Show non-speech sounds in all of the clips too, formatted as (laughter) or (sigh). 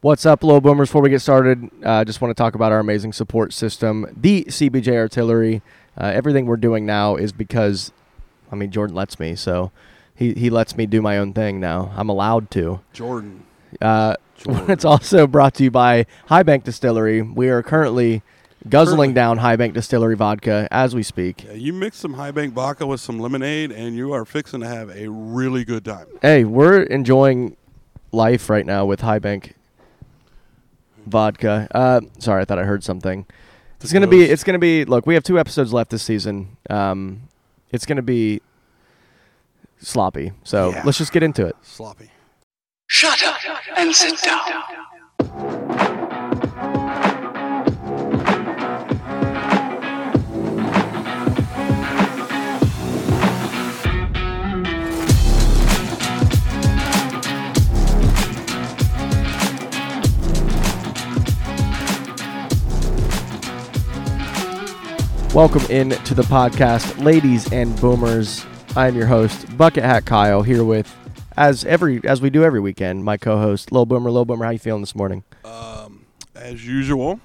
What's up, Low Boomers? Before we get started, I uh, just want to talk about our amazing support system, the CBJ Artillery. Uh, everything we're doing now is because, I mean, Jordan lets me, so he, he lets me do my own thing now. I'm allowed to. Jordan. Uh, (laughs) it's also brought to you by High Bank Distillery. We are currently guzzling Currently. down High Bank Distillery vodka as we speak. Yeah, you mix some high bank vodka with some lemonade, and you are fixing to have a really good time. Hey, we're enjoying life right now with High Bank vodka. Uh, sorry, I thought I heard something. It's gonna be. ghost. It's gonna be. Look, we have two episodes left this season. Um, it's gonna be sloppy. So Yeah. let's just get into it. Sloppy. Shut up and sit down. Welcome in to the podcast, ladies and boomers. I am your host, Bucket Hat Kyle, here with, as every as we do every weekend, my co-host, Lil Boomer. Lil Boomer, how you feeling this morning? As usual,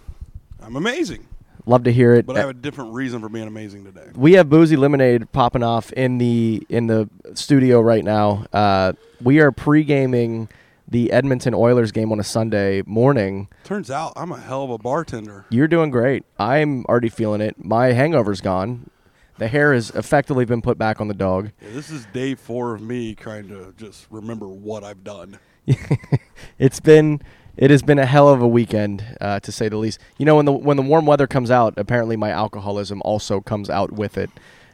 I'm amazing, Love to hear it. but I have a different reason for being amazing today. we have boozy lemonade popping off in the in the studio right now. Uh, we are pre-gaming the Edmonton Oilers game on a Sunday morning. Turns out I'm a hell of a bartender. You're doing great. I'm already feeling it. My hangover's gone. The hair has effectively been put back on the dog. (laughs) Yeah, this is day four of me trying to just remember what I've done. It's been it has been a hell of a weekend uh, to say the least. You know when the when the warm weather comes out, apparently my alcoholism also comes out with it.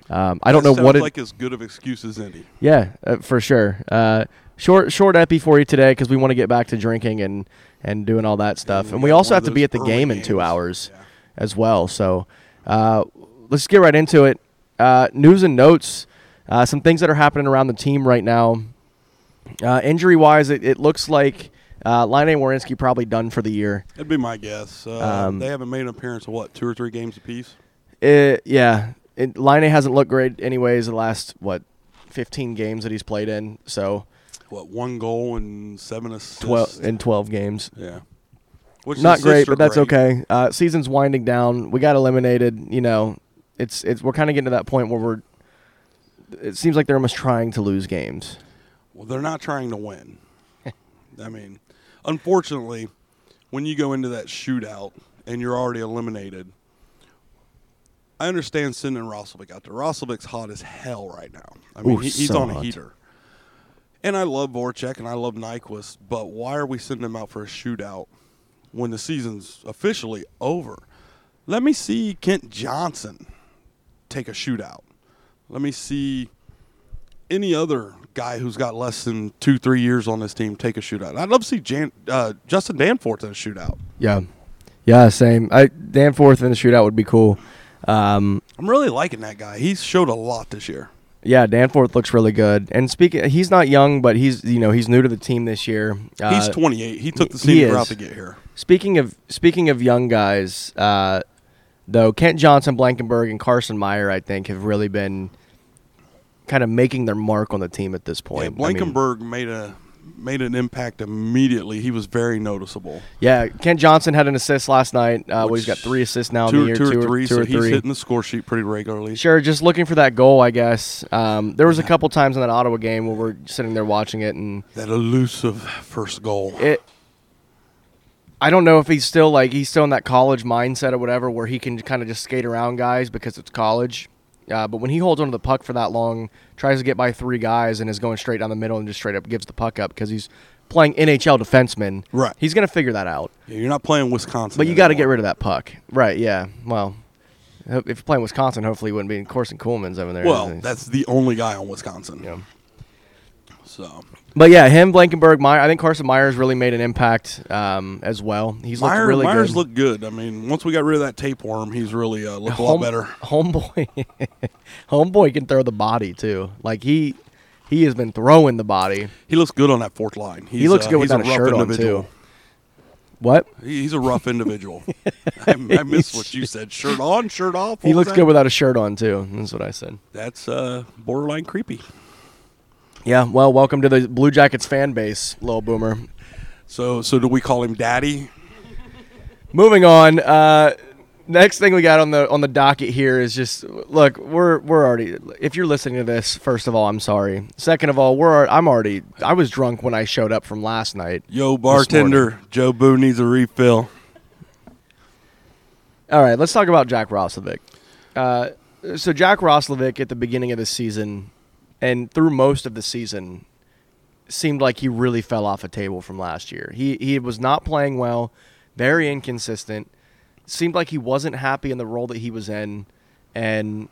Um, I don't know That what sounds it like as good of excuse as any. Yeah, uh, for sure. Uh, short short epi for you today because we want to get back to drinking and and doing all that stuff. And we got also one have of to be those at the early game in two games. hours Yeah. as well. So uh, let's get right into it. Uh, news and notes. Uh, some things that are happening around the team right now. Uh, injury wise, it, it looks like uh, Line Warinsky probably done for the year. That'd be my guess. Uh, Um, they haven't made an appearance of what two or three games apiece. It, Uh, yeah, it, Line hasn't looked great anyways. The last what, fifteen games that he's played in. So What one goal and seven assists. twelve in twelve games. Yeah. Which not assists great, are but that's great. okay. Uh, season's winding down. We got eliminated. You know, it's it's we're kind of getting to that point where we're. It seems like they're almost trying to lose games. Well, they're not trying (laughs) to win. I mean, unfortunately, when you go into that shootout and you're already eliminated, I understand sending Roslovic out there. Roslovic's hot as hell right now. I Ooh, mean, he, he's so on a hot. heater. And I love Voracek and I love Nyquist, but why are we sending him out for a shootout when the season's officially over? Let me see Kent Johnson take a shootout. Let me see any other guy who's got less than two, three years on this team take a shootout. I'd love to see Jan, uh, Justin Danforth in a shootout. Yeah, yeah, same. I Danforth in the shootout would be cool. Um, I'm really liking that guy. He's showed a lot this year. yeah, Danforth looks really good. And speaking, he's not young, but he's you know he's new to the team this year. Uh, He's 28. He took the he senior is. route to get here. Speaking of speaking of young guys, uh, though Kent Johnson, Blankenberg, and Carson Meyer, I think, have really been kind of making their mark on the team at this Yeah, point. I mean, Blankenberg made a made an impact immediately. He was very noticeable. yeah, Kent Johnson had an assist last night. Uh, well, he's got three assists now in Two, the year, two, or three. two so or he's three. hitting the score sheet pretty regularly. Sure, just looking for that goal, I guess. Um, there was a couple times in that Ottawa game where we're sitting there watching it, and That elusive first goal. it. I don't know if he's still like he's still in that college mindset or whatever, where he can kind of just skate around guys because it's college. Uh, but when he holds onto the puck for that long, tries to get by three guys and is going straight down the middle and just straight up gives the puck up because he's playing NHL defenseman. Right. He's gonna figure that out. Yeah, you're not playing Wisconsin. But you got to get anymore. rid of that puck, right? Yeah. Well, ho- if you're playing Wisconsin, hopefully you wouldn't be. And Corson Coolman's over there. Well, He's- that's the only guy on Wisconsin. Yeah. So But yeah, him, Blankenberg, Meyer. I think Carson Myers really made an impact um, as well. He's Meyer, looked really Myers good. looked good. I mean, once we got rid of that tapeworm, he's really uh, looked a lot Home- better. Homeboy, (laughs) homeboy can throw the body too. Like he, he has been throwing the body. He looks good on that fourth line. He's, he looks uh, good he's without a, rough shirt on individual. too. What? He- He's a rough (laughs) individual. I, I miss what you said. Shirt on, shirt off. He What was looks that? good without a shirt on too. That's what I said. That's uh, borderline creepy. Yeah. Well, welcome to the Blue Jackets fan base, little boomer. So so do we call him Daddy? Moving on. Uh, next thing we got on the on the docket here is just look. We're we're already. If you're listening to this, first of all, I'm sorry. Second of all, we're al- I'm already. I was drunk when I showed up from last night. Yo, bartender, Joe Boo needs a refill. All right, let's talk about Jack Roslovic. Uh, so Jack Roslovic at the beginning of the season and through most of the season seemed like he really fell off a table from last year. He he was not playing well, very inconsistent. Seemed like he wasn't happy in the role that he was in, and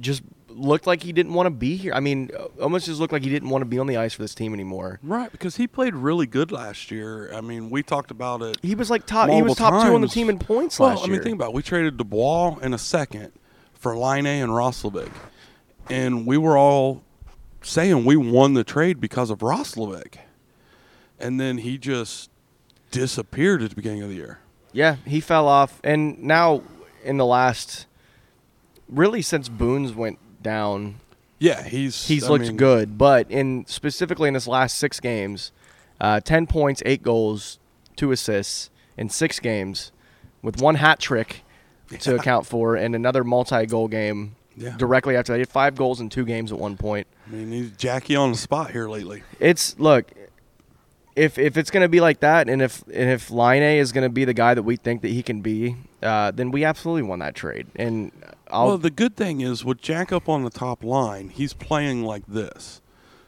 just looked like he didn't want to be here. I mean, uh, almost just looked like he didn't want to be on the ice for this team anymore. Right, because he played really good last year. I mean, we talked about it. He was like top. Uh, he was multiple top two on the times. team in points well, last year. I mean, think about it. We traded Dubois in a second for Line and Roslovic. And we were all saying we won the trade because of Roslovic. And then he just disappeared at the beginning of the year. Yeah, he fell off, and now in the last, really since Boone's went down, Yeah, he's he's I looked mean, good. But in specifically in his last six games, uh, ten points, eight goals, two assists in six games, with one hat (laughs) trick to account for, and another multi-goal game Yeah. directly after that. He had five goals in two games at one point. I mean, he's Jackie on the spot here lately. It's look. If, if it's gonna be like that, and if and if Line is gonna be the guy that we think that he can be, uh, then we absolutely won that trade. And I'll well, the good thing is with Jack up on the top line, he's playing like this.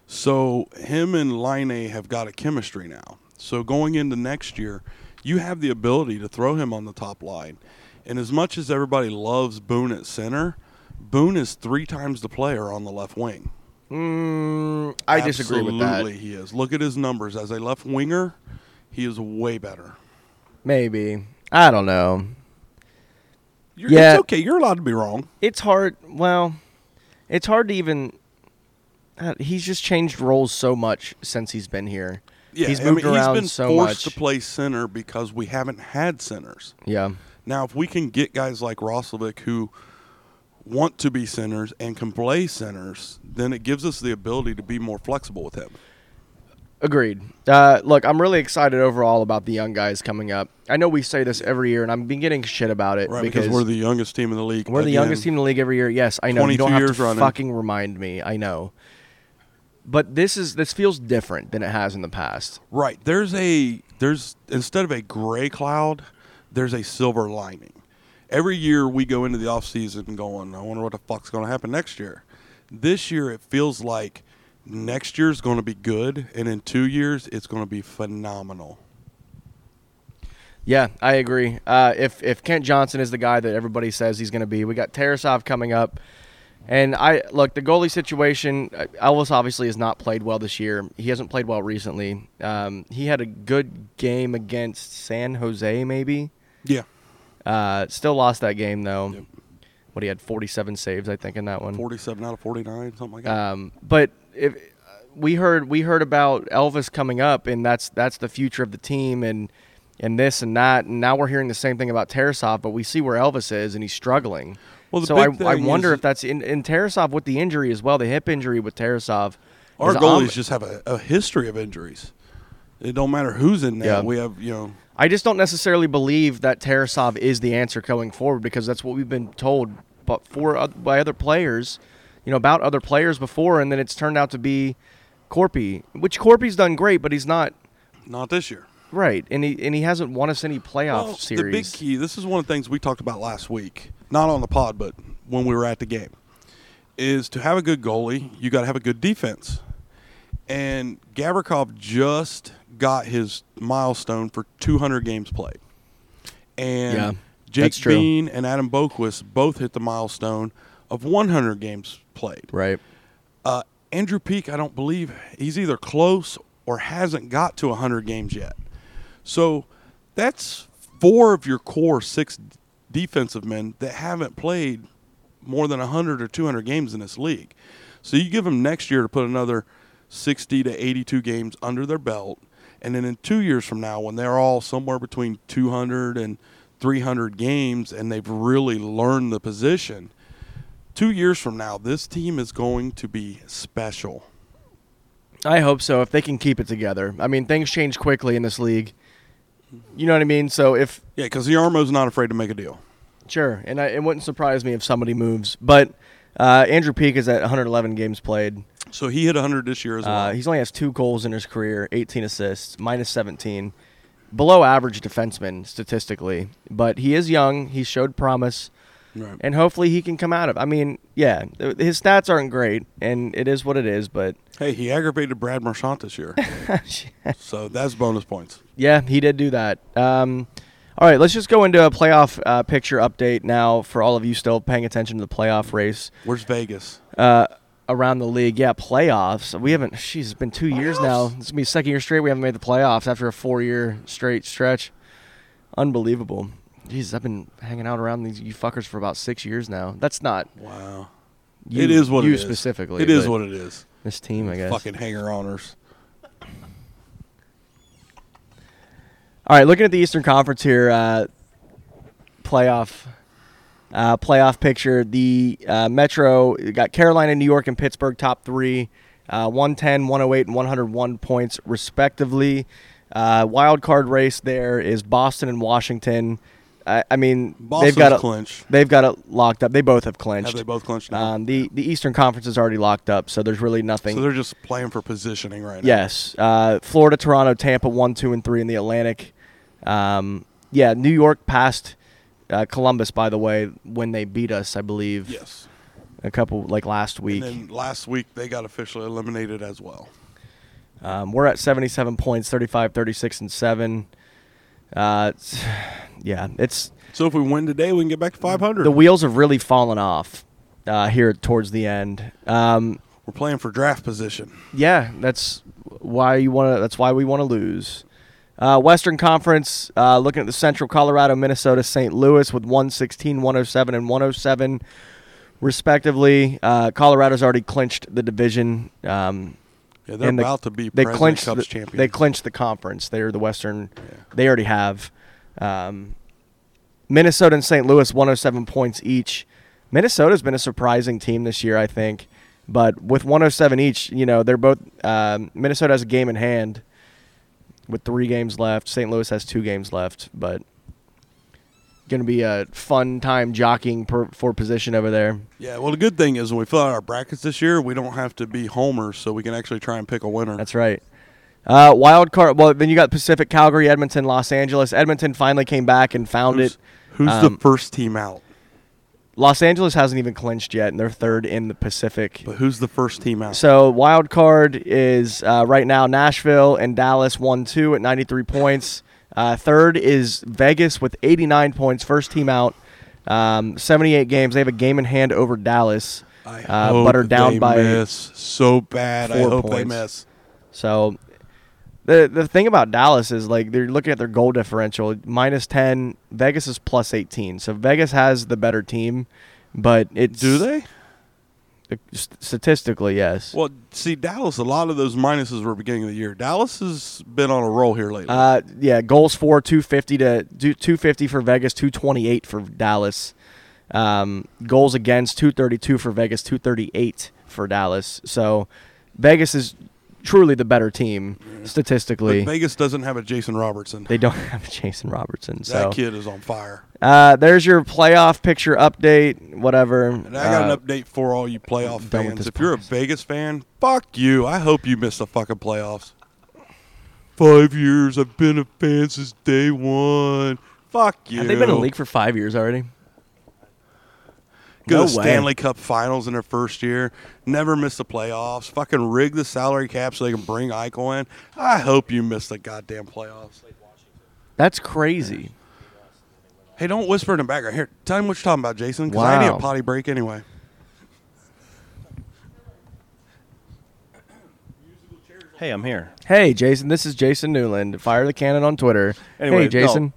So him and Line have got a chemistry now. So going into next year, you have the ability to throw him on the top line. And as much as everybody loves Boone at center, Boone is three times the player on the left wing. Mm, I disagree with Absolutely that. he is. Look at his numbers. As a left winger, he is way better. Maybe I don't know. You're, Yeah. It's okay. You're allowed to be wrong. It's hard. Well, it's hard to even. uh, He's just changed roles so much since he's been here. Yeah, he's I moved mean, around he's been so forced much. to play center because we haven't had centers. yeah, Now, if we can get guys like Roslovic who want to be centers and can play centers, then it gives us the ability to be more flexible with him. agreed. Uh, look, I'm really excited overall about the young guys coming up. I know we say this every year, and I've been getting shit about it Right, because, we're the youngest team in the league. We're the Again, youngest team in the league every year. Yes, I know. You 22 don't have years to running. fucking remind me. I know. But this is this feels different than it has in the past. Right. There's a there's instead of a gray cloud, there's a silver lining. Every year we go into the off season going, I wonder what the fuck's going to happen next year. This year it feels like next year's going to be good and in 2 years it's going to be phenomenal. Yeah, I agree. Uh, if if Kent Johnson is the guy that everybody says he's going to be, we got Tarasov coming up, and I look the goalie situation. uh, Elvis obviously has not played well this year. He hasn't played well recently. Um, he had a good game against San Jose, maybe. Yeah. Uh, still lost that game though. Yep. What he had forty seven saves, I think, in that one. 47 out of 49, something like that. Um, but if we heard we heard about Elvis coming up, and that's that's the future of the team, and and this and that, and now we're hearing the same thing about Tarasov, but we see where Elvis is, and he's struggling. Well, the so big I, I thing wonder is- if that's in, in Tarasov with the injury as well, the hip injury with Tarasov. Our is goalies om- just have a, a history of injuries. It don't matter who's in there. Yeah. We have, you know, I just don't necessarily believe that Tarasov is the answer going forward because that's what we've been told but for oth- by other players, you know, about other players before, and then it's turned out to be Corpy, which Corpy's done great, but he's not not this year. right, and he and he hasn't won us any playoff Well, series. The big key. This is one of the things we talked about last week, not on the pod, but when we were at the game, is to have a good goalie. You got to have a good defense. And Gavrikov just got his milestone for 200 games played, and Yeah, that's Jake true. Bean and Adam Boquist both hit the milestone of 100 games played. right? Uh, Andrew Peak, I don't believe he's either close or hasn't got to 100 games yet. So that's four of your core six defensive men that haven't played more than 100 or 200 games in this league. So you give them next year to put another 60 to 82 games under their belt. And then in two years from now, when they're all somewhere between 200 and 300 games and they've really learned the position, two years from now, this team is going to be special. I hope so. If they can keep it together, I mean, things change quickly in this league. You know what I mean? So if Yeah, because Yarmo's not afraid to make a deal. sure, and I, it wouldn't surprise me if somebody moves. But uh, Andrew Peak is at 111 games played. So he hit 100 this year as well. Uh, he's only has two goals in his career, 18 assists, minus 17, below average defenseman statistically. But he is young. He showed promise, Right. and hopefully he can come out of. I mean, yeah, th- his stats aren't great, and it is what it is. But hey, he aggravated Brad Marchant (laughs) this year, so that's bonus points. Yeah, he did do that. Um, all right, let's just go into a playoff uh, picture update now for all of you still paying attention to the playoff race Where's Vegas? uh, around the league. Yeah, playoffs. We haven't. She's it's been two years now. It's gonna be second year straight we haven't made the playoffs after a four-year straight stretch. Unbelievable. Jesus, I've been hanging out around these you fuckers for about six years now. That's not Wow. you, it is what you it is. specifically. It is but what it is. this team, I guess. Fucking hanger honors. All right, looking at the Eastern Conference here, uh, playoff uh, playoff picture. The uh, Metro you got Carolina, New York, and Pittsburgh top three, uh, 110, 108, and 101 points respectively. Uh, wild card race there is Boston and Washington. I, I mean, Boston's they've got it, clinch. They've got it locked up. They both have clinched. Have they both clinched now? Um, the the Eastern Conference is already locked up, so there's really nothing. so they're just playing for positioning right now. Yes. Uh, Florida, Toronto, Tampa, one, two, and three in the Atlantic. Um, yeah, New York passed uh, Columbus, by the way, when they beat us, I believe. Yes. A couple, like last week. And then last week they got officially eliminated as well. Um, we're at 77 points, 35, 36, and 7. Uh, (sighs) it's- yeah, it's So if we win today, we can get back to 500. the wheels have really fallen off uh, here towards the end. Um, We're playing for draft position. yeah, that's why you want to. That's why we want to lose. Uh, Western Conference, uh, looking at the Central, Colorado, Minnesota, St. Louis with 116, 107, and 107, respectively. Uh, Colorado's already clinched the division. Um, Yeah, they're and the- about to be they President's clinched Cups the, champions. They clinched the conference. They're the Western. Yeah. They already have. Um, Minnesota and St. Louis, 107 points each. Minnesota's been a surprising team this year, I think. But with 107 each, you know, they're both. Um, Minnesota has a game in hand with three games left. St. Louis has two games left. But going to be a fun time jockeying per, for position over there. Yeah, well, the good thing is when we fill out our brackets this year, we don't have to be homers, so we can actually try and pick a winner. That's right. Uh, wild card. Well, then you got Pacific, Calgary, Edmonton, Los Angeles. Edmonton finally came back and found who's, it. who's Um, the first team out? Los Angeles hasn't even clinched yet, and they're third in the Pacific. But who's the first team out? So wild card is uh, right now Nashville and Dallas one two at ninety three points. Uh, third is Vegas with eighty nine points, first team out. Um, seventy eight games. They have a game in hand over Dallas, I uh, but are hope down they by miss so bad. I four hope they points. miss. So the the thing about Dallas is like they're looking at their goal differential minus 10, Vegas is plus 18. So Vegas has the better team, but it's Do they? statistically, yes. Well, see, Dallas. A lot of those minuses were beginning of the year. Dallas has been on a roll here lately. Uh, yeah, goals for 250 to do 250 for Vegas, 228 for Dallas. Um, goals against 232 for Vegas, 238 for Dallas. So Vegas is truly the better team statistically. but Vegas doesn't have a Jason Robertson. they don't (laughs) have Jason Robertson. So that kid is on fire. Uh, there's your playoff picture update, whatever. And I got Uh, an update for all you playoff done with fans. this If you're a podcast. Vegas fan, fuck you. I hope you miss the fucking playoffs. Five years. I've been a fan since day one. Fuck you. Have they been in the league for five years already? Go No to way. Stanley Cup Finals in their first year. Never miss the playoffs. Fucking rig the salary cap so they can bring Eichel in. I hope you miss the goddamn playoffs. That's crazy. Hey, don't whisper in the background. Here, tell him what you're talking about, Jason. Because I need Wow. a potty break anyway. Hey, I'm here. Hey, Jason, this is Jason Newland. Fire the cannon on Twitter. Anyway, hey, Jason.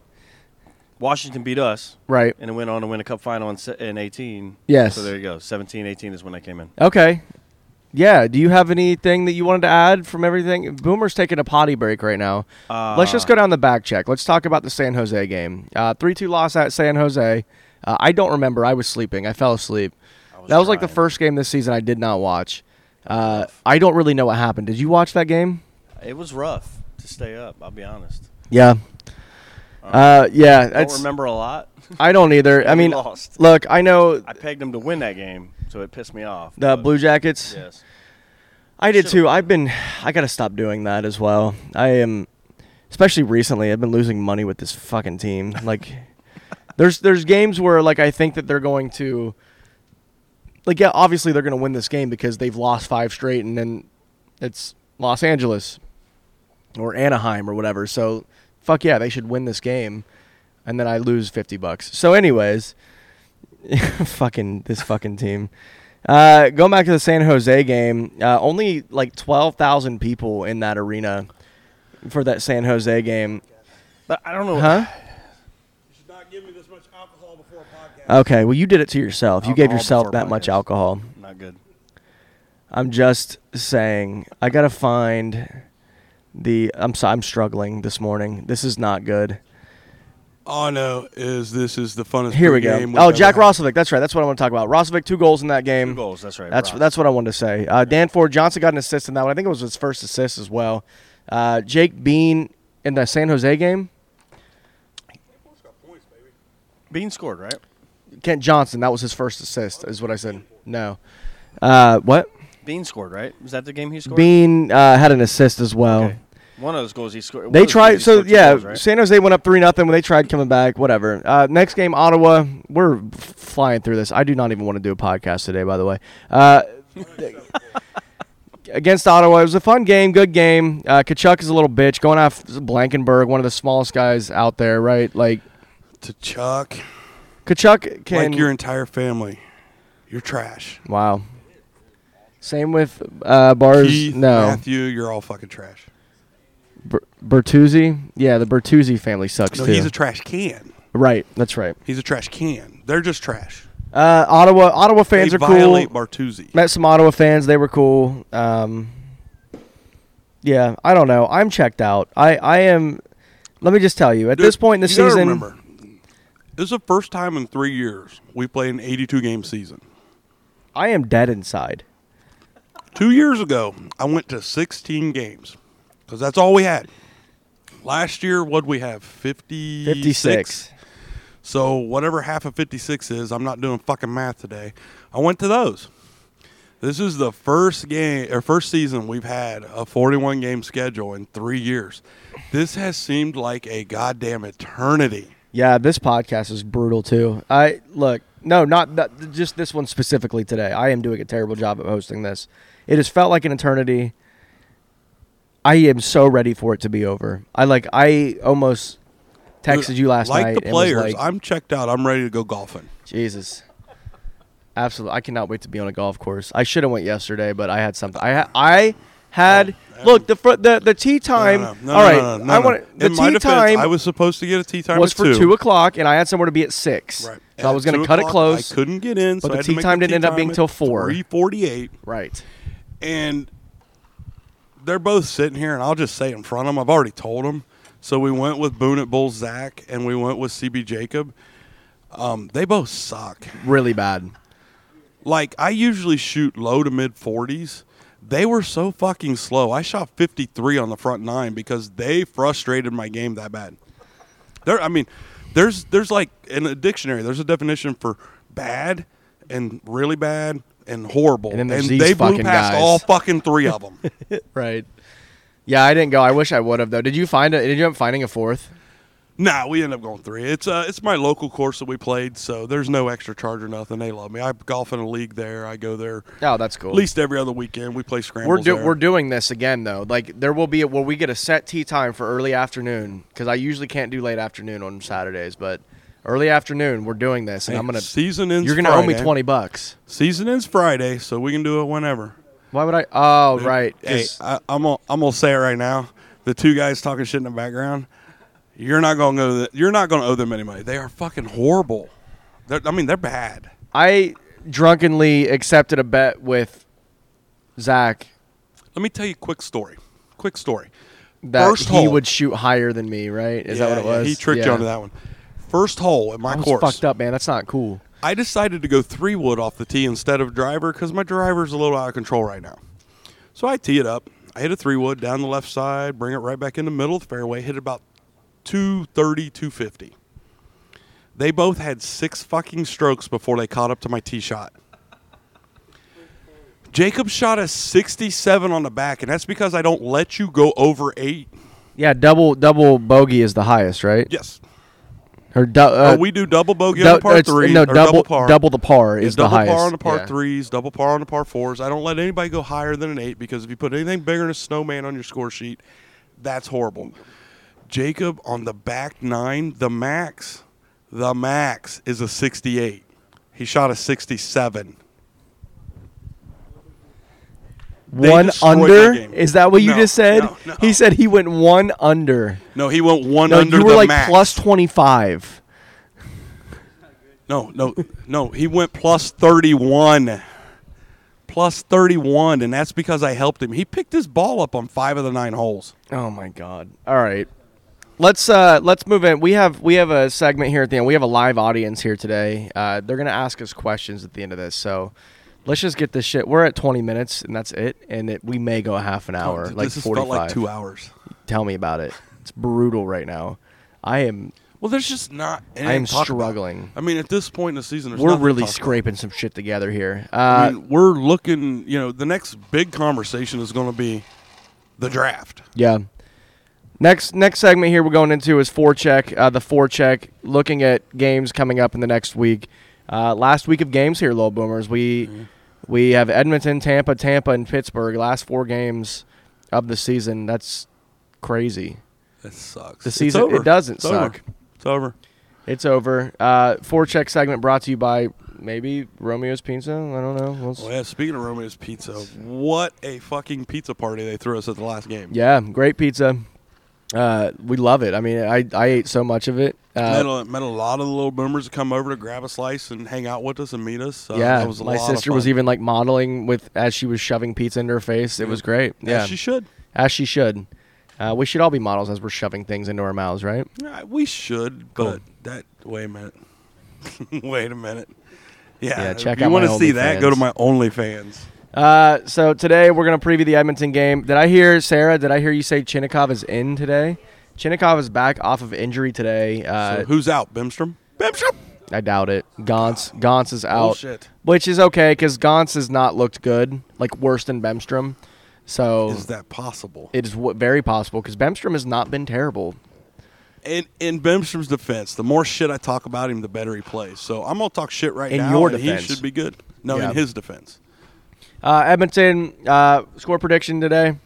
Washington beat us Right. and it went on to win a cup final in, se- in 18. Yes. So there you go. 17, 18 is when I came in. Okay. Yeah. Do you have anything that you wanted to add from everything? Boomer's taking a potty break right now. Let's Uh. just go down the back check. Let's talk about the San Jose game. Uh, Three two loss at San Jose. Uh, I don't remember. I was sleeping. I fell asleep. was that was like the crying. first game this season I did not watch. Uh, I don't really know what happened. Did you watch that game? It was rough to stay up. I'll be honest. Yeah. Uh, yeah. I don't it's- remember a lot. (laughs) I don't either. I We mean, lost. look, I know I pegged them to win that game, so it pissed me off. the but- Blue Jackets. Yes. I did Should've too. I've been. I gotta stop doing that as well. I am, especially recently. I've been losing money with this fucking team. Like, there's there's games where like I think that they're going to. Like yeah, obviously they're gonna win this game because they've lost five straight, and then it's Los Angeles or Anaheim or whatever. So fuck yeah, they should win this game, and then I lose fifty bucks. So anyways, (laughs) fucking this fucking team. Uh, going back to the San Jose game, uh, only like twelve thousand people in that arena for that San Jose game. But I don't know. Huh? You should not give me this much alcohol before a podcast. Okay, well you did it to yourself. You gave Alcohol yourself before that much podcast. alcohol. Not good. Hmm. I'm just saying. I gotta find the. I'm so, I'm struggling this morning. This is not good. All I know is this is the funnest Here we go. game we've Oh, ever Jack had. Roslovic. That's right. That's what I want to talk about. Roslovic two goals in that game. Two goals. That's right. That's Brock. that's what I wanted to say. Uh, Danforth Johnson got an assist in that one. I think it was his first assist as well. Uh, Jake Bean in the San Jose game. Bean scored, right? Kent Johnson, that was his first assist, is what I said. No, uh, what Bean scored, right? Was that the game he scored? Bean uh, had an assist as well. Okay. One of those goals he scored. one They of those tried. goals he So scored two yeah, goals, right? San Jose went up three nothing when they tried coming back. Whatever. Uh, next game, Ottawa. We're f- flying through this. I do not even want to do a podcast today. By the way. Uh, (laughs) Against Ottawa, it was a fun game, good game. Uh, Kachuk is a little bitch going off Blankenberg, one of the smallest guys out there, right? Like To Chuck, Kachuk can. like your entire family, you're trash. wow. Same with uh, Bars. Keith, no, Matthew, you're all fucking trash. Ber- Bertuzzi. Yeah, the Bertuzzi family sucks No, too. he's a trash can. right, that's right. He's a trash can. They're just trash. Uh, Ottawa. Ottawa fans they are cool. violate Bartuzzi. Met some Ottawa fans. They were cool. Um, yeah, I don't know. I'm checked out. I, I am. Let me just tell you, at Dude, this point in the you gotta season, remember, this is the first time in three years we played an 82 game season. I am dead inside. Two years ago, I went to 16 games because that's all we had. Last year, what we have? 56? 56. So whatever half of 56 is, I'm not doing fucking math today. I went to those. This is the first game or first season we've had a 41 game schedule in 3 years. This has seemed like a goddamn eternity. Yeah, this podcast is brutal too. I look, no, not that, just this one specifically today. I am doing a terrible job of hosting this. It has felt like an eternity. I am so ready for it to be over. I like. I almost texted you last like night. the and was players, like- I'm checked out. I'm ready to go golfing. Jesus. Absolutely. I cannot wait to be on a golf course. I should have went yesterday, but I had something. I ha- I had look the fr- the the tea time. Oh, um, No, no, no, all right. no, no, no, I no. want the In my tea defense, time I was supposed to get a tea time was at for 2, two o'clock, and I had somewhere to be at six. Right. So I At was going two to cut it o'clock, close. I couldn't get in, but so the I had tea to make time the didn't end up being at till four. 3:48. Right. and they're both sitting here, and I'll just say it in front of them. I've already told them. So we went with Boone at Bull Zach, and we went with CB Jacob. Um, they both suck. Really bad. Like I usually shoot low to mid forties. They were so fucking slow. I shot fifty three on the front nine because they frustrated my game that bad. There, I mean, there's there's like in a dictionary, there's a definition for bad and really bad and horrible, And then there's these they blew fucking past guys. all fucking three (laughs) of them. Right. Yeah, I didn't go. I wish I would have though. Did you find it? Did you end up finding a fourth? Nah, we end up going three. It's uh, it's my local course that we played, so there's no extra charge or nothing. They love me. I golf in a league there. I go there Oh, that's cool. at least every other weekend. We play scrambles. we're do- there. we're doing this again though. Like there will be a, where we get a set tea time for early afternoon because I usually can't do late afternoon on Saturdays, but early afternoon we're doing this, and Hey, I'm gonna season ends. you're gonna Friday. owe me twenty bucks. Season ends Friday, so we can do it whenever. Why would I? Oh, right. Hey, uh, 'cause- I, I'm gonna, I'm gonna say it right now. The two guys talking shit in the background. You're not gonna go. th- You're not gonna owe them any money. They are fucking horrible. They're, I mean, they're bad. I drunkenly accepted a bet with Zach Let me tell you a quick story. Quick story. that First he hole. would shoot higher than me, right? Is that Yeah, what it yeah, was? he tricked you Yeah. onto that one. First hole at my I was course. fucked up, man. That's not cool. I decided to go three wood off the tee instead of driver because my driver's a little out of control right now. So I tee it up. I hit a three wood down the left side, bring it right back in the middle of the fairway, hit it about 230, 250. They both had six fucking strokes before they caught up to my tee shot. Jacob shot a 67 on the back, and that's because I don't let you go over eight. Yeah, double double bogey is the highest, right? Yes. Or du- uh, oh, we do double bogey dou- on the par it's- three. No, or double double par. double the par Yeah, is double the highest. par on the par yeah. threes, double par on the par fours. I don't let anybody go higher than an eight because if you put anything bigger than a snowman on your score sheet, that's horrible. Jacob on the back nine, the max, the max is a 68. He shot a 67. They One destroyed my under? game. Is that what you No, just said? no, no. He said he went one under. No, he went one No, under you were the like max. plus twenty five. No, no, no. He went plus 31. Plus 31, and that's because I helped him. He picked his ball up on five of the nine holes. Oh my god. All right. Let's uh let's move in. We have we have a segment here at the end. We have a live audience here today. Uh they're going to ask us questions at the end of this. So let's just get this shit. We're at 20 minutes and that's it and it, we may go half an hour, Dude, like Oh, this has 45. felt like two hours. Tell me about it. It's brutal right now. I am Well, there's just not. anything I am to talk about. struggling. I mean, at this point in the season, there's we're nothing to really talk about. scraping some shit together here. Uh I mean, we're looking. You know, the next big conversation is going to be the draft. Yeah. Next next segment here we're going into is forecheck. Uh, the forecheck, looking at games coming up in the next week. Uh, last week of games here, Lil Boomers. We Mm-hmm. we have Edmonton, Tampa, Tampa, and Pittsburgh. Last four games of the season. That's crazy. That sucks. The season- it doesn't It's over. suck. It's over. It's over. Uh, forecheck segment brought to you by maybe Romeo's Pizza. I don't know. We'll s- Well, Oh, yeah. Speaking of Romeo's Pizza, what a fucking pizza party they threw us at the last game. Yeah, great pizza. Uh, we love it. I mean, I, I ate so much of it. met, Uh, a, met a lot of the little boomers to come over to grab a slice and hang out with us and meet us. So yeah, uh, that was a my lot sister of was fun. even like modeling with as she was shoving pizza into her face. It was great. Yeah, As she should. As she should. Uh, we should all be models as we're shoving things into our mouths, right? Yeah, we should, but that. Wait a minute. (laughs) wait a minute. Yeah. Yeah, check if you out wanna my see that? Go to OnlyFans. my OnlyFans. Uh, so today we're gonna preview the Edmonton game. Did I hear Sarah? Did I hear you say Chinnikov is in today? Chinnikov is back off of injury today. Uh, so who's out? Bimstrom. Bimstrom. I doubt it. Gauntz Gauntz is out, Bullshit. which is okay because Gauntz has not looked good, like worse than Bemstrom. So Is that possible? it is w- very possible because Bemstrom has not been terrible. In in Bemstrom's defense, the more shit I talk about him, the better he plays. So I'm gonna talk shit right In now. your and defense. he should be good. No, Yeah. in his defense, Uh, Edmonton uh, score prediction today.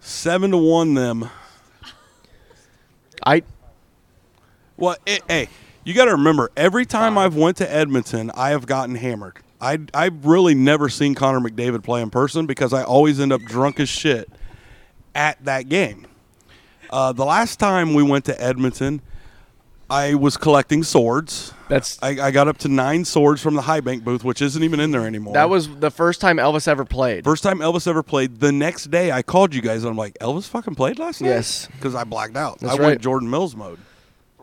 seven to one them. I Well, eh, hey, you got to remember, every time I've went to Edmonton, I have gotten hammered. I I've really never seen Connor McDavid play in person because I always end up drunk as shit at that game. Uh, the last time we went to Edmonton, I was collecting swords. that's I, I got up to nine swords from the high bank booth, which isn't even in there anymore. that was the first time Elvis ever played. First time Elvis ever played. The next day, I called you guys and I'm like, Elvis fucking played last night. Yes. because I blacked out. That's I right. went Jordan Mills mode.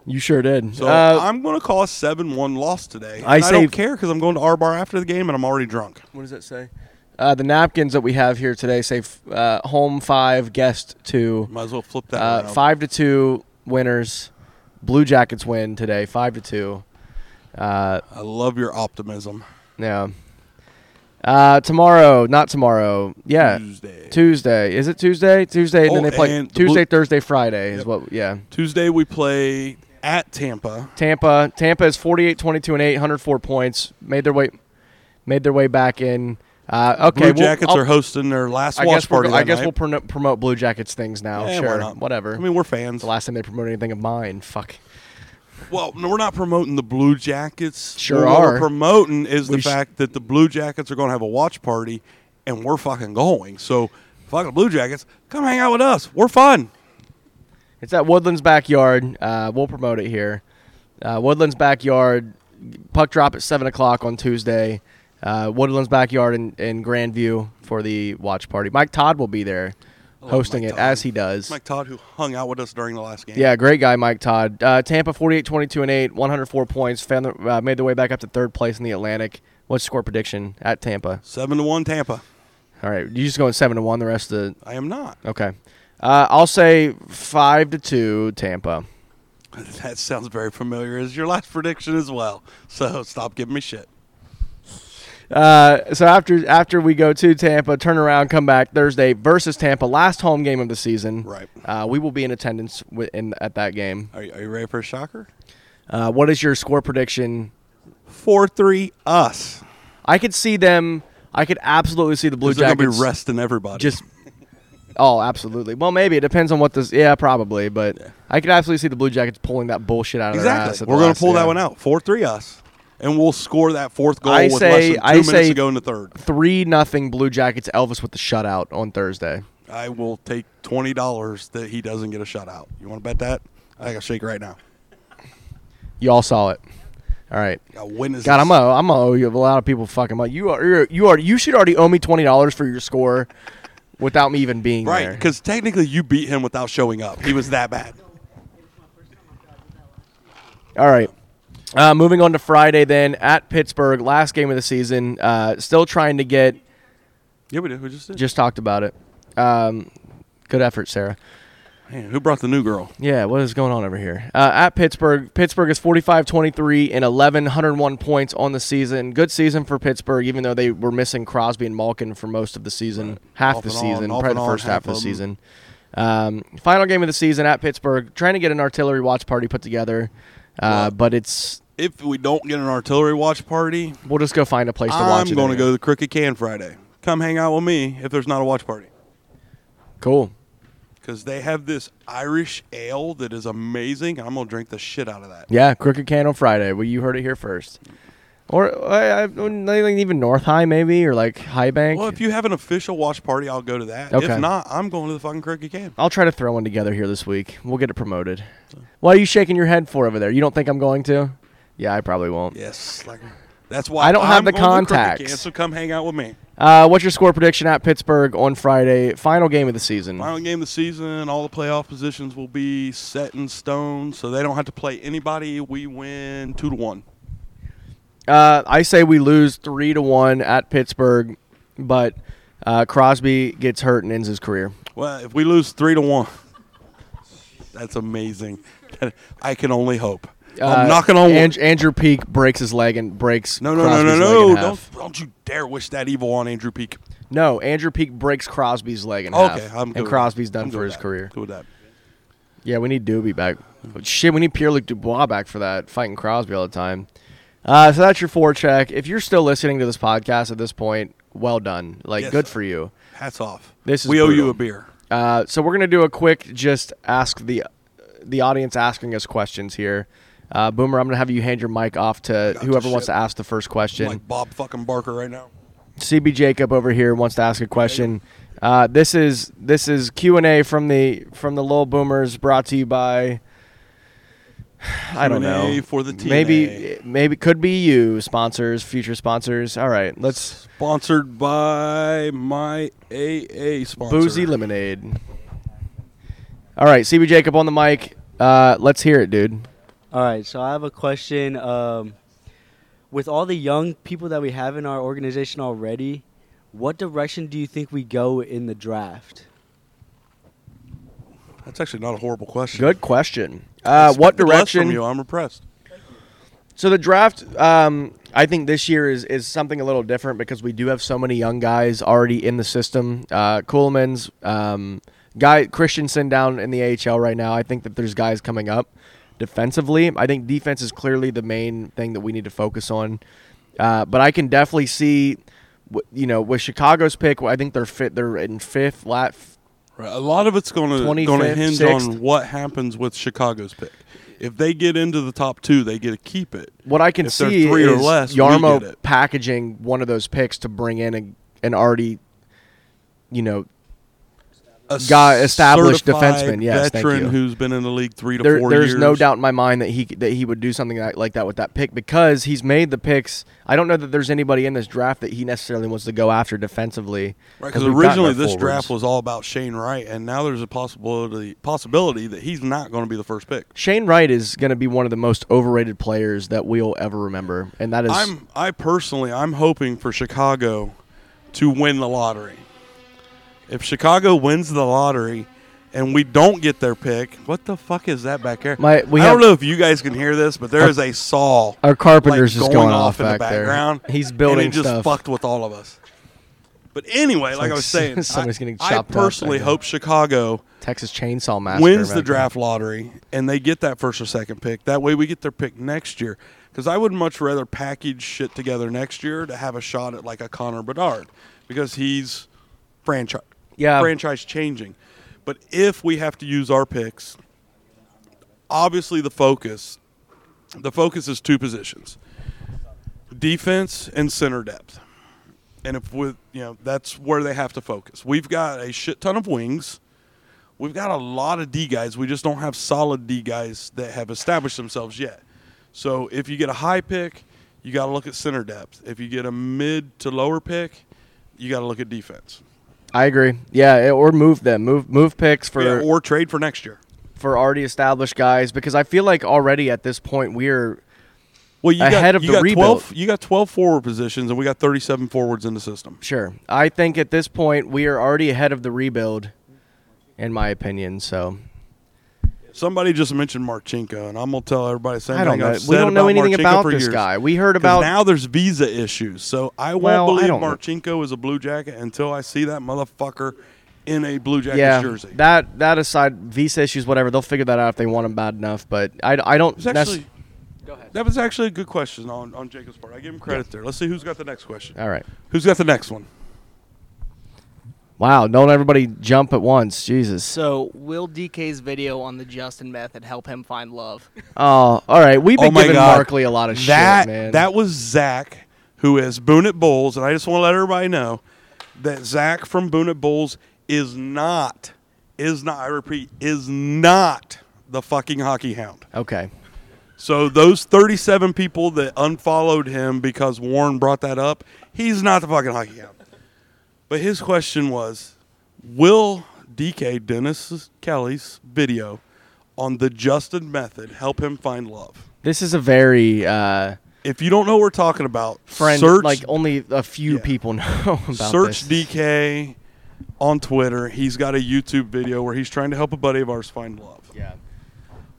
You sure did. So Uh, I'm going to call a seven-one loss today. I I, I saved- don't care because I'm going to R Bar after the game and I'm already drunk. what does that say? Uh, the napkins that we have here today say f- uh, home five, guest two, Might as well flip that. uh, around. five to two winners. Blue Jackets win today, five to two. Uh, I love your optimism. yeah. Uh, tomorrow, not tomorrow. Yeah, Tuesday. Tuesday. Is it Tuesday? Tuesday, and then Oh, they play and the Tuesday, Blue- Thursday, Friday is Yep. what. Yeah. Tuesday we play at Tampa. Tampa. Tampa is 48, 22, and 8, 104 points. Made their way, made their way back in. Uh, okay, Blue well, Jackets I'll- are hosting their last I watch guess, we're, party. go- I that guess night. we'll prono- promote Blue Jackets things now. Eh, why sure, not? whatever. I mean, we're fans. the last time they promoted anything of mine. Fuck. Well, no, we're not promoting the Blue Jackets. Sure What are. We're promoting is the We sh- fact that the Blue Jackets are going to have a watch party, and we're fucking going. So, fucking Blue Jackets, come hang out with us. We're fun. It's at Woodland's backyard. Uh, we'll promote it here. Uh, Woodland's backyard. Puck drop at seven o'clock on Tuesday. Uh, Woodland's backyard in, in Grandview for the watch party. Mike Todd will be there, love hosting Mike it Todd. as he does. Mike Todd, who hung out with us during the last game. Yeah, great guy, Mike Todd. Uh, Tampa 48, 22, and 8, 104 points. Found the, uh, made their way back up to third place in the Atlantic. What's score prediction at Tampa? Seven to one Tampa. All right, you just going seven to one. The rest of I am not. (laughs) the okay. Uh, I'll say five to two Tampa. That sounds very familiar as your last prediction as well. So stop giving me shit. Uh, so after after we go to Tampa, turn around, come back Thursday versus Tampa, last home game of the season. Right. Uh, we will be in attendance wi- in, at that game. Are you, are you ready for a shocker? Uh, what is your score prediction? Four three us. I could see them. I could absolutely see the Blue 'Cause They're gonna Jackets be resting everybody. just. Oh, absolutely. Well, maybe it depends on what this. Yeah, probably, but I could absolutely see the Blue Jackets pulling that bullshit out of their ass. exactly. at We're the gonna last- pull yeah. that one out. Four three us, and we'll score that fourth goal I with say- less than two I minutes say- to go in the third. Three nothing Blue Jackets. Elvis with the shutout on Thursday. I will take twenty dollars that he doesn't get a shutout. You want to bet that? I got shake right now. You all saw it. All right. Got witnesses. God, I'm a, I'm a owe you a lot of people fucking money. You are you're, you are you should already owe me twenty dollars for your score, without me even being right there. because technically you beat him without showing up. He was that bad. All right. Uh, moving on to Friday then at Pittsburgh, last game of the season. Uh, still trying to get. Yeah, we did. We just did. Just talked about it. Um, good effort, Sarah. Man, who brought the new girl? Yeah, what is going on over here? Uh, at Pittsburgh, Pittsburgh is 45 23 and 11, 101 points on the season. Good season for Pittsburgh, even though they were missing Crosby and Malkin for most of the season, half Off the and on, season, off probably and the on, first half, half of the of 'em. season. Um, final game of the season at Pittsburgh, trying to get an artillery watch party put together, uh, Well- but it's. If we don't get an artillery watch party, We'll just go find a place to watch I'm it going to anyway. go to the Crooked Can Friday. Come hang out with me if there's not a watch party. Cool. Because they have this Irish ale that is amazing, and I'm going to drink the shit out of that. Yeah, Crooked Can on Friday. Well, you heard it here first. Or I, I, like even North High, maybe, or like High Bank. Well, if you have an official watch party, I'll go to that. Okay. If not, I'm going to the fucking Crooked Can. I'll try to throw one together here this week. We'll get it promoted. What are you shaking your head for over there? You don't think I'm going to? Yeah, I probably won't. Yes. Like, that's why I don't I'm have the going to Crooked contacts. Can, so come hang out with me. Uh, what's your score prediction at Pittsburgh on Friday? Final game of the season. Final game of the season, all the playoff positions will be set in stone, so they don't have to play anybody. We win two to one. Uh, I say we lose three to one at Pittsburgh, but uh, Crosby gets hurt and ends his career. Well, if we lose three to one, that's amazing. I can only hope. Uh, I'm knocking on wood. Ang- Andrew Peak breaks his leg and breaks. No, no, Crosby's no, leg in no, no! half. Don't, don't you dare wish that evil on Andrew Peak. No, Andrew Peak breaks Crosby's leg in half. Okay, I'm good and with Crosby's that. done I'm good for with his that. career. Good with that. Yeah, we need Doobie back. Shit, we need Pierre Luc Dubois back for that, fighting Crosby all the time. Uh, so that's your four check. If you're still listening to this podcast at this point, well done. Like, Yes, good sir. for you. Hats off. This is we owe brutal. you a beer. Uh, so we're gonna do a quick just ask the the audience asking us questions here. Uh, Boomer, I'm gonna have you hand your mic off to Got whoever the wants to shit. ask the first question. Like Bob fucking Barker right now. CB Jacob over here wants to ask a question. Uh, this is this is Q and A from the from the Lil Boomers, brought to you by. I don't Q&A know. for the TNA. Maybe maybe could be you sponsors, future sponsors. All right, let's Sponsored by my AA sponsor. boozy lemonade. All right, CB Jacob on the mic. Uh, let's hear it, dude. All right, so I have a question. Um, with all the young people that we have in our organization already, what direction do you think we go in the draft? That's actually not a horrible question. Good question. Uh, what Expected less direction? From you, I'm impressed. So the draft, um, I think this year is is something a little different because we do have so many young guys already in the system. Uh, Coolman's um, guy Christensen down in the AHL right now. I think that there's guys coming up defensively. I think defense is clearly the main thing that we need to focus on. Uh, but I can definitely see, wh- you know, with Chicago's pick, I think they're fit. They're in fifth, lat, Right. A lot of it's going to 25th, going to hinge 6th. on what happens with Chicago's pick. If they get into the top two, they get to keep it. What I can If they're see three is or less, we Yarmo get it. packaging one of those picks to bring in a, an already, you know, A Guy- established certified defenseman, yes, thank veteran you. who's been in the league three to there, four there's years. no doubt in my mind that he that he would do something like, like that with that pick because he's made the picks. I don't know that there's anybody in this draft that he necessarily wants to go after defensively. Right, because we've gotten originally our this forwards. draft was all about Shane Wright, and now there's a possibility possibility that he's not going to be the first pick. Shane Wright is going to be one of the most overrated players that we'll ever remember, and that is I'm I personally I'm hoping for Chicago to win the lottery If Chicago wins the lottery and we don't get their pick, what the fuck is that back there? My- we I have- don't know if you guys can hear this, but there is a saw. Our carpenter's like, just going going off in the back there. background. He's building and it stuff. just fucked with all of us. But anyway, like, like I was (laughs) saying, somebody's I, getting I chopped up back personally there. hope Chicago Texas Chainsaw Massacre wins back the there. draft lottery and they get that first or second pick. That way we get their pick next year. Because I would much rather package shit together next year to have a shot at like a Connor Bedard because he's franchise Yeah. franchise changing. But if we have to use our picks, obviously the focus the focus is two positions. Defense and center depth. And if with you know, that's where they have to focus. We've got a shit ton of wings we've got a lot of D guys. We just don't have solid D guys that have established themselves yet. So if you get a high pick, you got to look at center depth. If you get a mid to lower pick, you got to look at defense. I agree. Yeah, it- or move them, move move picks for Yeah, or trade for next year. for already established guys because I feel like already at this point we're Well, you Ahead got, of you the got rebuild. 12 you got 12 forward positions and we got 37 forwards in the system. sure. I think at this point we are already ahead of the rebuild, in my opinion. So Somebody just mentioned Marchenko and I'm going to tell everybody the same I don't thing know. I've We said don't know about anything Marchenko about for this years. guy. We heard 'Cause about now there's visa issues. So I won't Well, I believe don't know. Marchenko is a Blue Jacket until I see that motherfucker in a Blue Jackets yeah jersey. that that aside visa issues whatever they'll figure that out if they want him bad enough. But I, I don't It's nec- actually, that was actually a good question on, on Jacob's part. I give him credit there. Let's see who's got the next question. all right. Who's got the next one? Wow! Don't everybody jump at once, Jesus. So, will DK's video on the Justin method help him find love? Oh, all right. We've oh been my giving God. Barkley a lot of that, shit, man. That was Zach, who is Boone at Bulls, and I just want to let everybody know that Zach from Boone at Bulls is not, is not, I repeat, is not the fucking hockey hound. okay. So those 37 people that unfollowed him because Warren brought that up, he's not the fucking hockey guy. But his question was, will DK Dennis Kelly's video on the Justin method help him find love? This is a very uh, If you don't know what we're talking about, friend. search like only a few Yeah. people (laughs) know about search this. DK on Twitter. He's got a YouTube video where he's trying to help a buddy of ours find love. Yeah.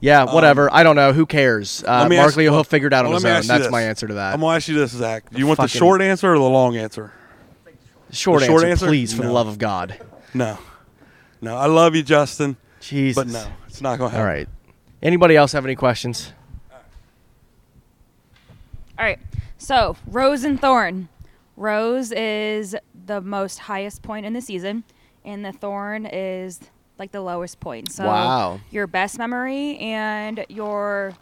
Yeah, whatever. I don't know. Who cares? Uh, um, Let me Barkley ask- will figure it out well, on his let me own. ask you That's this. my answer to that. I'm gonna ask you this, Zach. Do you want the fucking- short answer or the long answer? short, the short answer, answer? please, for the No. love of God. No. No, I love you, Justin. Jesus. But no, it's not going to All right. happen. Anybody else have any questions? All right. So Rose and Thorn. Rose is the most highest point in the season, and the Thorn is like the lowest point. So Wow. your best memory and your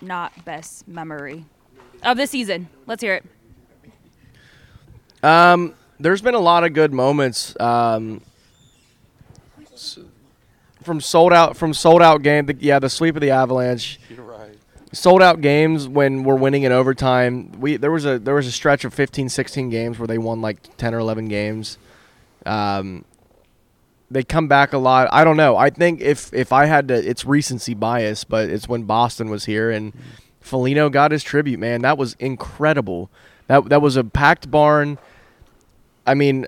not best memory of the season. Let's hear it. Um, there's been a lot of good moments. Um, s- from sold out from sold out game. The, yeah, the sweep of the Avalanche. You're right. sold out games when we're winning in overtime. We there was a there was a stretch of 15, 16 games where they won like ten or eleven games. Um, they come back a lot. I don't know. I think if if I had to, it's recency bias, but it's when Boston was here and Mm-hmm. Felino got his tribute. Man, that was incredible. That that was a packed barn. I mean,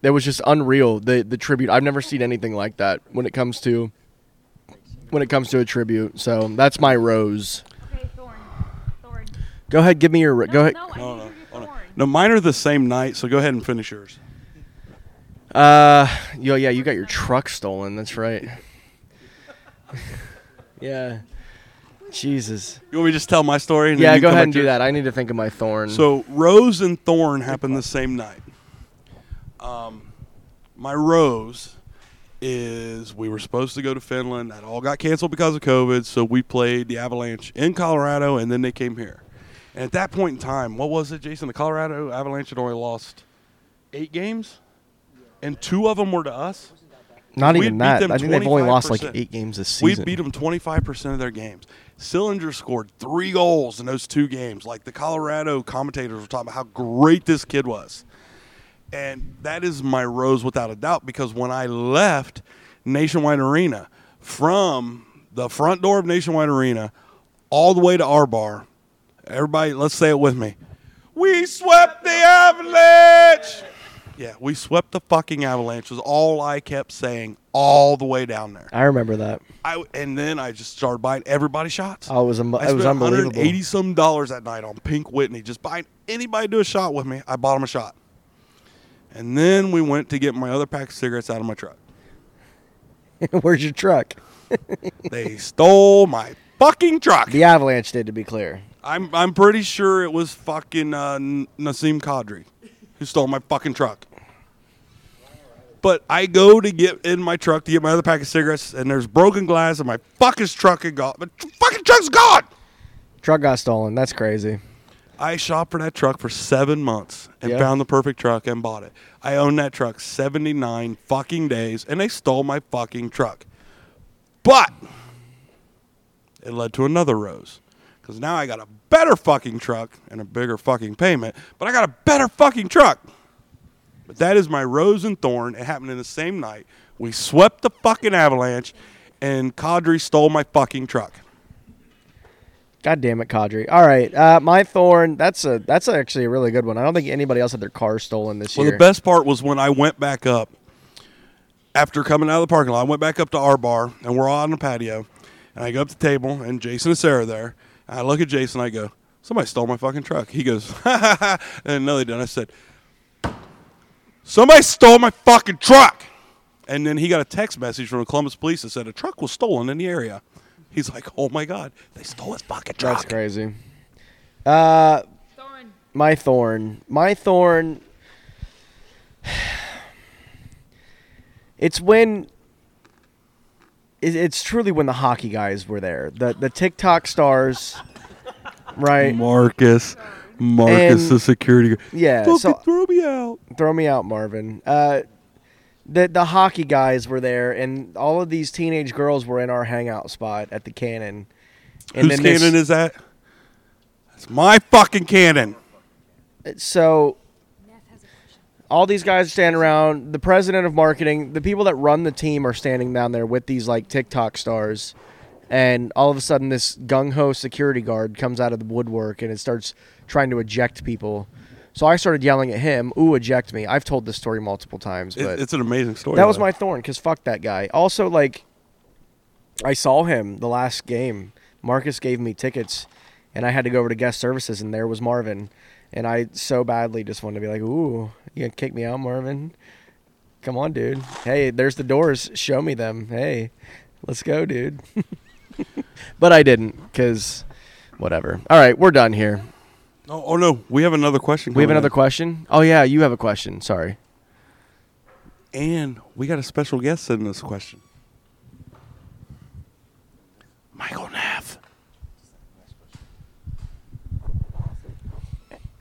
that was just unreal. The the tribute. I've never seen anything like that when it comes to when it comes to a tribute. So that's my rose. Okay, Thorn. Thorn. Go ahead, give me your. go ahead. No, I Hold need on, to hear hold on. Thorn. No, mine are the same night, so go ahead and finish yours. Uh, yo, yeah, you got your truck stolen. That's right. (laughs) yeah. Jesus. You want me to just tell my story? and then Yeah, you go come ahead back and to do yours? that. I need to think of my thorn. So Rose and Thorn happened the same night. Um, my Rose is we were supposed to go to Finland. That all got canceled because of COVID. So we played the Avalanche in Colorado, and then they came here. And at that point in time, what was it, Jason? The Colorado Avalanche had only lost eight games, and two of them were to us. not we even beat that. them I think they've only lost like 25%. eight games this We season. beat them 25% of their games. Sillinger scored three goals in those two games. Like the Colorado commentators were talking about how great this kid was. And that is my rose without a doubt because when I left Nationwide Arena, from the front door of Nationwide Arena all the way to our bar, everybody, let's say it with me. We swept the avalanche! Yeah, we swept the fucking avalanche. Was all I kept saying all the way down there. I remember that. I and then I just started buying everybody shots. Oh, it was, um, I it was spent unbelievable. 180 some dollars that night on Pink Whitney, just buying anybody to do a shot with me. I bought them a shot, and then we went to get my other pack of cigarettes out of my truck. (laughs) Where's your truck? (laughs) They stole my fucking truck. The Avalanche did, to be clear. I'm I'm pretty sure it was fucking uh, N- Nassim Kadri who stole my fucking truck. But I go to get in my truck to get my other pack of cigarettes, and there's broken glass, and my fucking truck is gone. My tr- fucking truck's gone. Truck got stolen. That's crazy. I shopped for that truck for seven months and Yeah. found the perfect truck and bought it. I owned that truck 79 fucking days, and they stole my fucking truck. But it led to another rose. Because now I got a better fucking truck and a bigger fucking payment, but I got a better fucking truck. But that is my rose and thorn. It happened in the same night. We swept the fucking avalanche, and Cadre stole my fucking truck. God damn it, Kadri. All right, uh, my thorn. That's a that's actually a really good one. I don't think anybody else had their car stolen this Well, year. the best part was when I went back up after coming out of the parking lot. I went back up to our bar, and we're all on the patio. And I go up to the table, and Jason and Sarah are there. And I look at Jason, I go, "Somebody stole my fucking truck." He goes, (laughs) "Ha ha ha!" And no, they didn't. I said, "Somebody stole my fucking truck." And then he got a text message from the Columbus police that said a truck was stolen in the area. He's like, "Oh my god, they stole his fucking truck." That's crazy. Uh, my thorn. My thorn. It's when. it- It's truly when the hockey guys were there. The the TikTok stars, right? Marcus, Marcus, And- the security. guard. Yeah, Fucking so- throw me out. throw me out, Marvin. Uh, the the hockey guys were there, and all of these teenage girls were in our hangout spot at the cannon. And Whose then this- cannon is that? That's my fucking cannon. so all these guys are standing around the president of marketing the people that run the team are standing down there with these like tiktok stars and all of a sudden this gung-ho security guard comes out of the woodwork and it starts trying to eject people so i started yelling at him ooh eject me i've told this story multiple times It- but it's an amazing story. that was though. my thorn because fuck that guy also like i saw him the last game marcus gave me tickets and i had to go over to guest services and there was marvin and i so badly just wanted to be like ooh you gonna kick me out marvin come on dude hey there's the doors show me them hey let's go dude (laughs) but i didn't because whatever all right we're done here Oh, oh no, we have another question. we have coming another question oh yeah you have a question sorry in. and we got a special guest sending us a question. Michael Neff.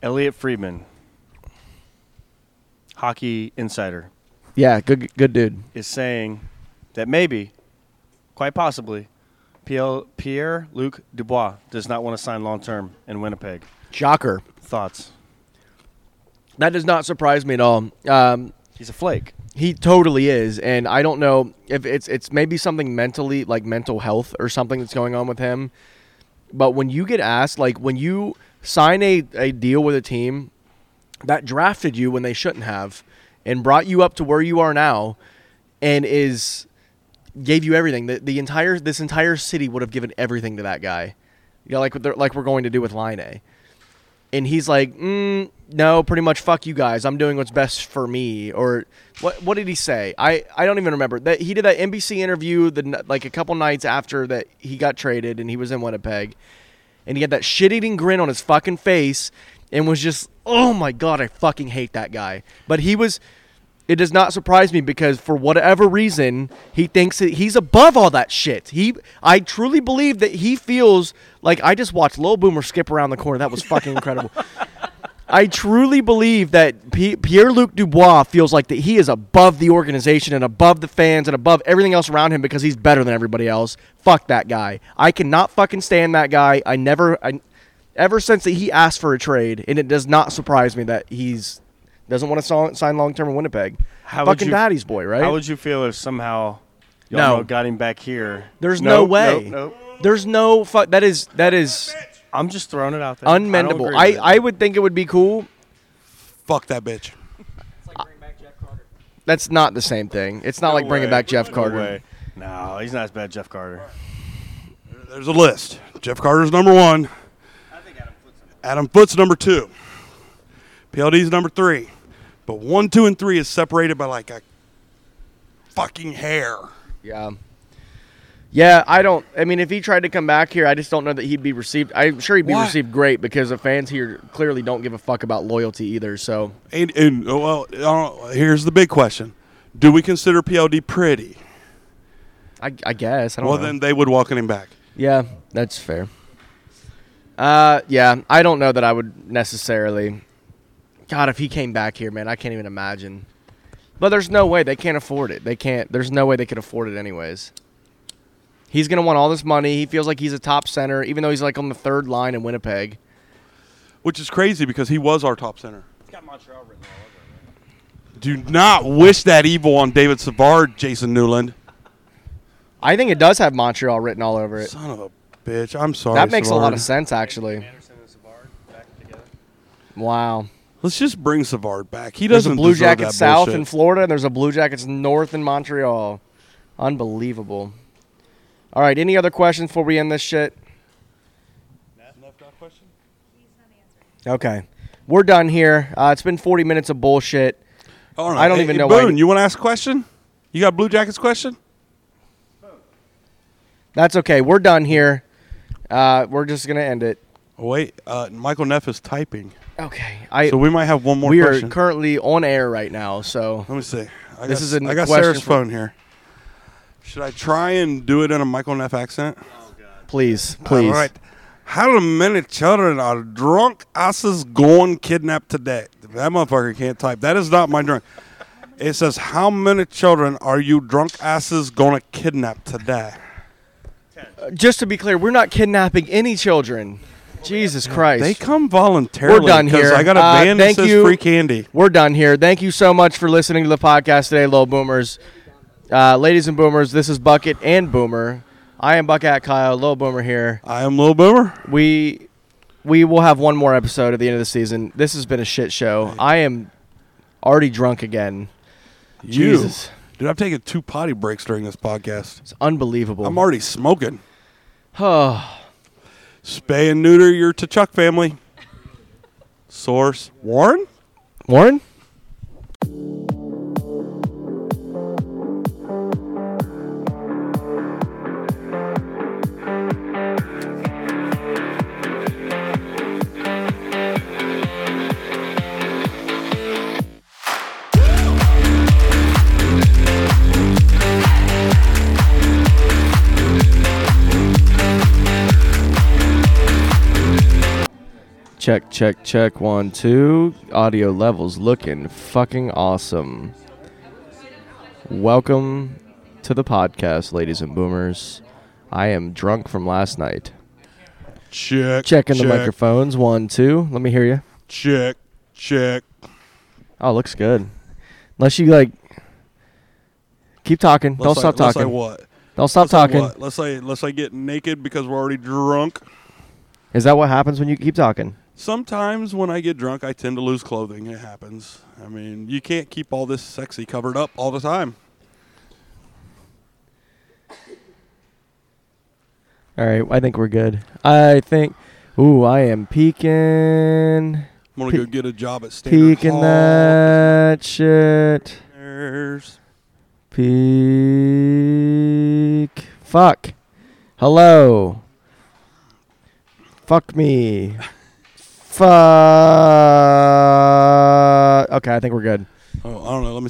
Elliot Friedman, hockey insider, yeah good good dude is saying that maybe, quite possibly, PL, Pierre Luc Dubois does not want to sign long term in Winnipeg. shocker Thoughts? That does not surprise me at all. Um, He's a flake. he totally is, and I don't know if it's it's maybe something mentally like mental health or something that's going on with him. But when you get asked, like when you sign a, a deal with a team that drafted you when they shouldn't have and brought you up to where you are now and is gave you everything. The, the entire this entire city would have given everything to that guy. You know, like what they're- like we're going to do with Line A. And he's like, mm, no, pretty much fuck you guys. I'm doing what's best for me. Or what? What did he say? I, I don't even remember that he did that NBC interview the n- like a couple nights after that he got traded and he was in Winnipeg, and he had that shit eating grin on his fucking face and was just, oh my god, I fucking hate that guy. But he was it does not surprise me because for whatever reason he thinks that he's above all that shit. He, I truly believe that he feels like I just watched Lil Boomer skip around the corner. That was fucking incredible. I truly believe that P- Pierre Luc Dubois feels like that he is above the organization and above the fans and above everything else around him because he's better than everybody else. Fuck that guy. I cannot fucking stand that guy. I never, I, ever since that he asked for a trade, and it does not surprise me that he's doesn't want to sol- sign long term in Winnipeg. would fucking you- daddy's boy, right? How would you feel if somehow y'all No. know got him back here? There's no, Nope, way. nope, nope. There's no fuck. That is that is I'm just throwing it out there. unmendable. I I would think it would be cool. Fuck that bitch. It's like bring back That's not the same thing. It's not like bringing back Jeff Carter. No, he's not as bad as Jeff Carter. There's a list. Jeff Carter's number one. Adam Foote's number two. PLD's number three. But one, two, and three is separated by like a fucking hair. Yeah. Yeah, I don't. I mean, if he tried to come back here, I just don't know that he'd be received. I'm sure he'd be Why? received great because the fans here clearly don't give a fuck about loyalty either. So And, and oh, well, uh, here's the big question: Do we consider PLD pretty? I, I guess I don't Well, know. then they would welcome him back. yeah, that's fair. Uh, yeah, I don't know that I would necessarily. God, if he came back here, man, I can't even imagine. But there's no way they can't afford it. They can't. There's no way they could afford it anyways. He's gonna want all this money. He feels like he's a top center, even though he's like on the third line in Winnipeg. Which is crazy because he was our top center. Do not wish that evil on David Savard, Jason Newland. I think it does have Montreal written all over it. Son of a bitch. I'm sorry. That makes a lot Savard. of sense, actually. Wow. Let's just bring Savard back. He There's doesn't a Blue deserve Jackets that South bullshit. in Florida, and there's a Blue Jackets North in Montreal. Unbelievable. All right. Any other questions before we end this shit? Okay. We're done here. Uh, it's been 40 minutes of bullshit. All right. I don't Hey, even hey, know why- Boone, you want to ask a question? You got a Blue Jackets question? That's okay. We're done here. Uh, we're just going to end it. Wait, uh, Michael Neff is typing, Okay. I, so we might have one more we question. are currently on air right now, so. Let me see. I This got, is a I got question Sarah's for- phone here. Should I try and do it in a Michael Neff accent? Please, please. All right. How many children are drunk asses going kidnapped today? That motherfucker can't type. That is not my drunk. It says, How many children are you drunk asses going to kidnap today? Just to be clear, we're not kidnapping any children. Jesus Christ. They come voluntarily. We're done 'cause here. I got a Uh, van that thank says you. free candy. We're done here. Thank you so much for listening to the podcast today, Low Boomers. Uh, ladies and boomers, this is Bucket and Boomer. I am Bucket Kyle, Low Boomer here. I am Lil Boomer. We we will have one more episode at the end of the season. This has been a shit show. I am already drunk again. Jesus. You. Dude, I've taken two potty breaks during this podcast. It's unbelievable. I'm (sighs) already smoking. Spay and neuter your Tuchuk family. Source Warren? Warren? Check, check, check. One, two. Audio levels looking fucking awesome. Welcome to the podcast, ladies and boomers. I am drunk from last night. Check. Checking the check, microphones. One, two. Let me hear you. Check. Check. Oh, looks good. Unless you like. Keep talking. Let's Don't say- stop let's talking. Say what? Don't stop Let's say talking. what? Let's say let's say get naked because we're already drunk. Is that what happens when you keep talking? Sometimes when I get drunk, I tend to lose clothing. It happens. I mean, you can't keep all this sexy covered up all the time. All right. I think we're good. I think. Ooh, I am peeking. I'm gonna Pe- go get a job at Standard Peeking Hall. that shit. There's- Peek. Fuck. Hello. Fuck (laughs) me. Fuck. Okay, I think we're good. Oh, I don't know. Let me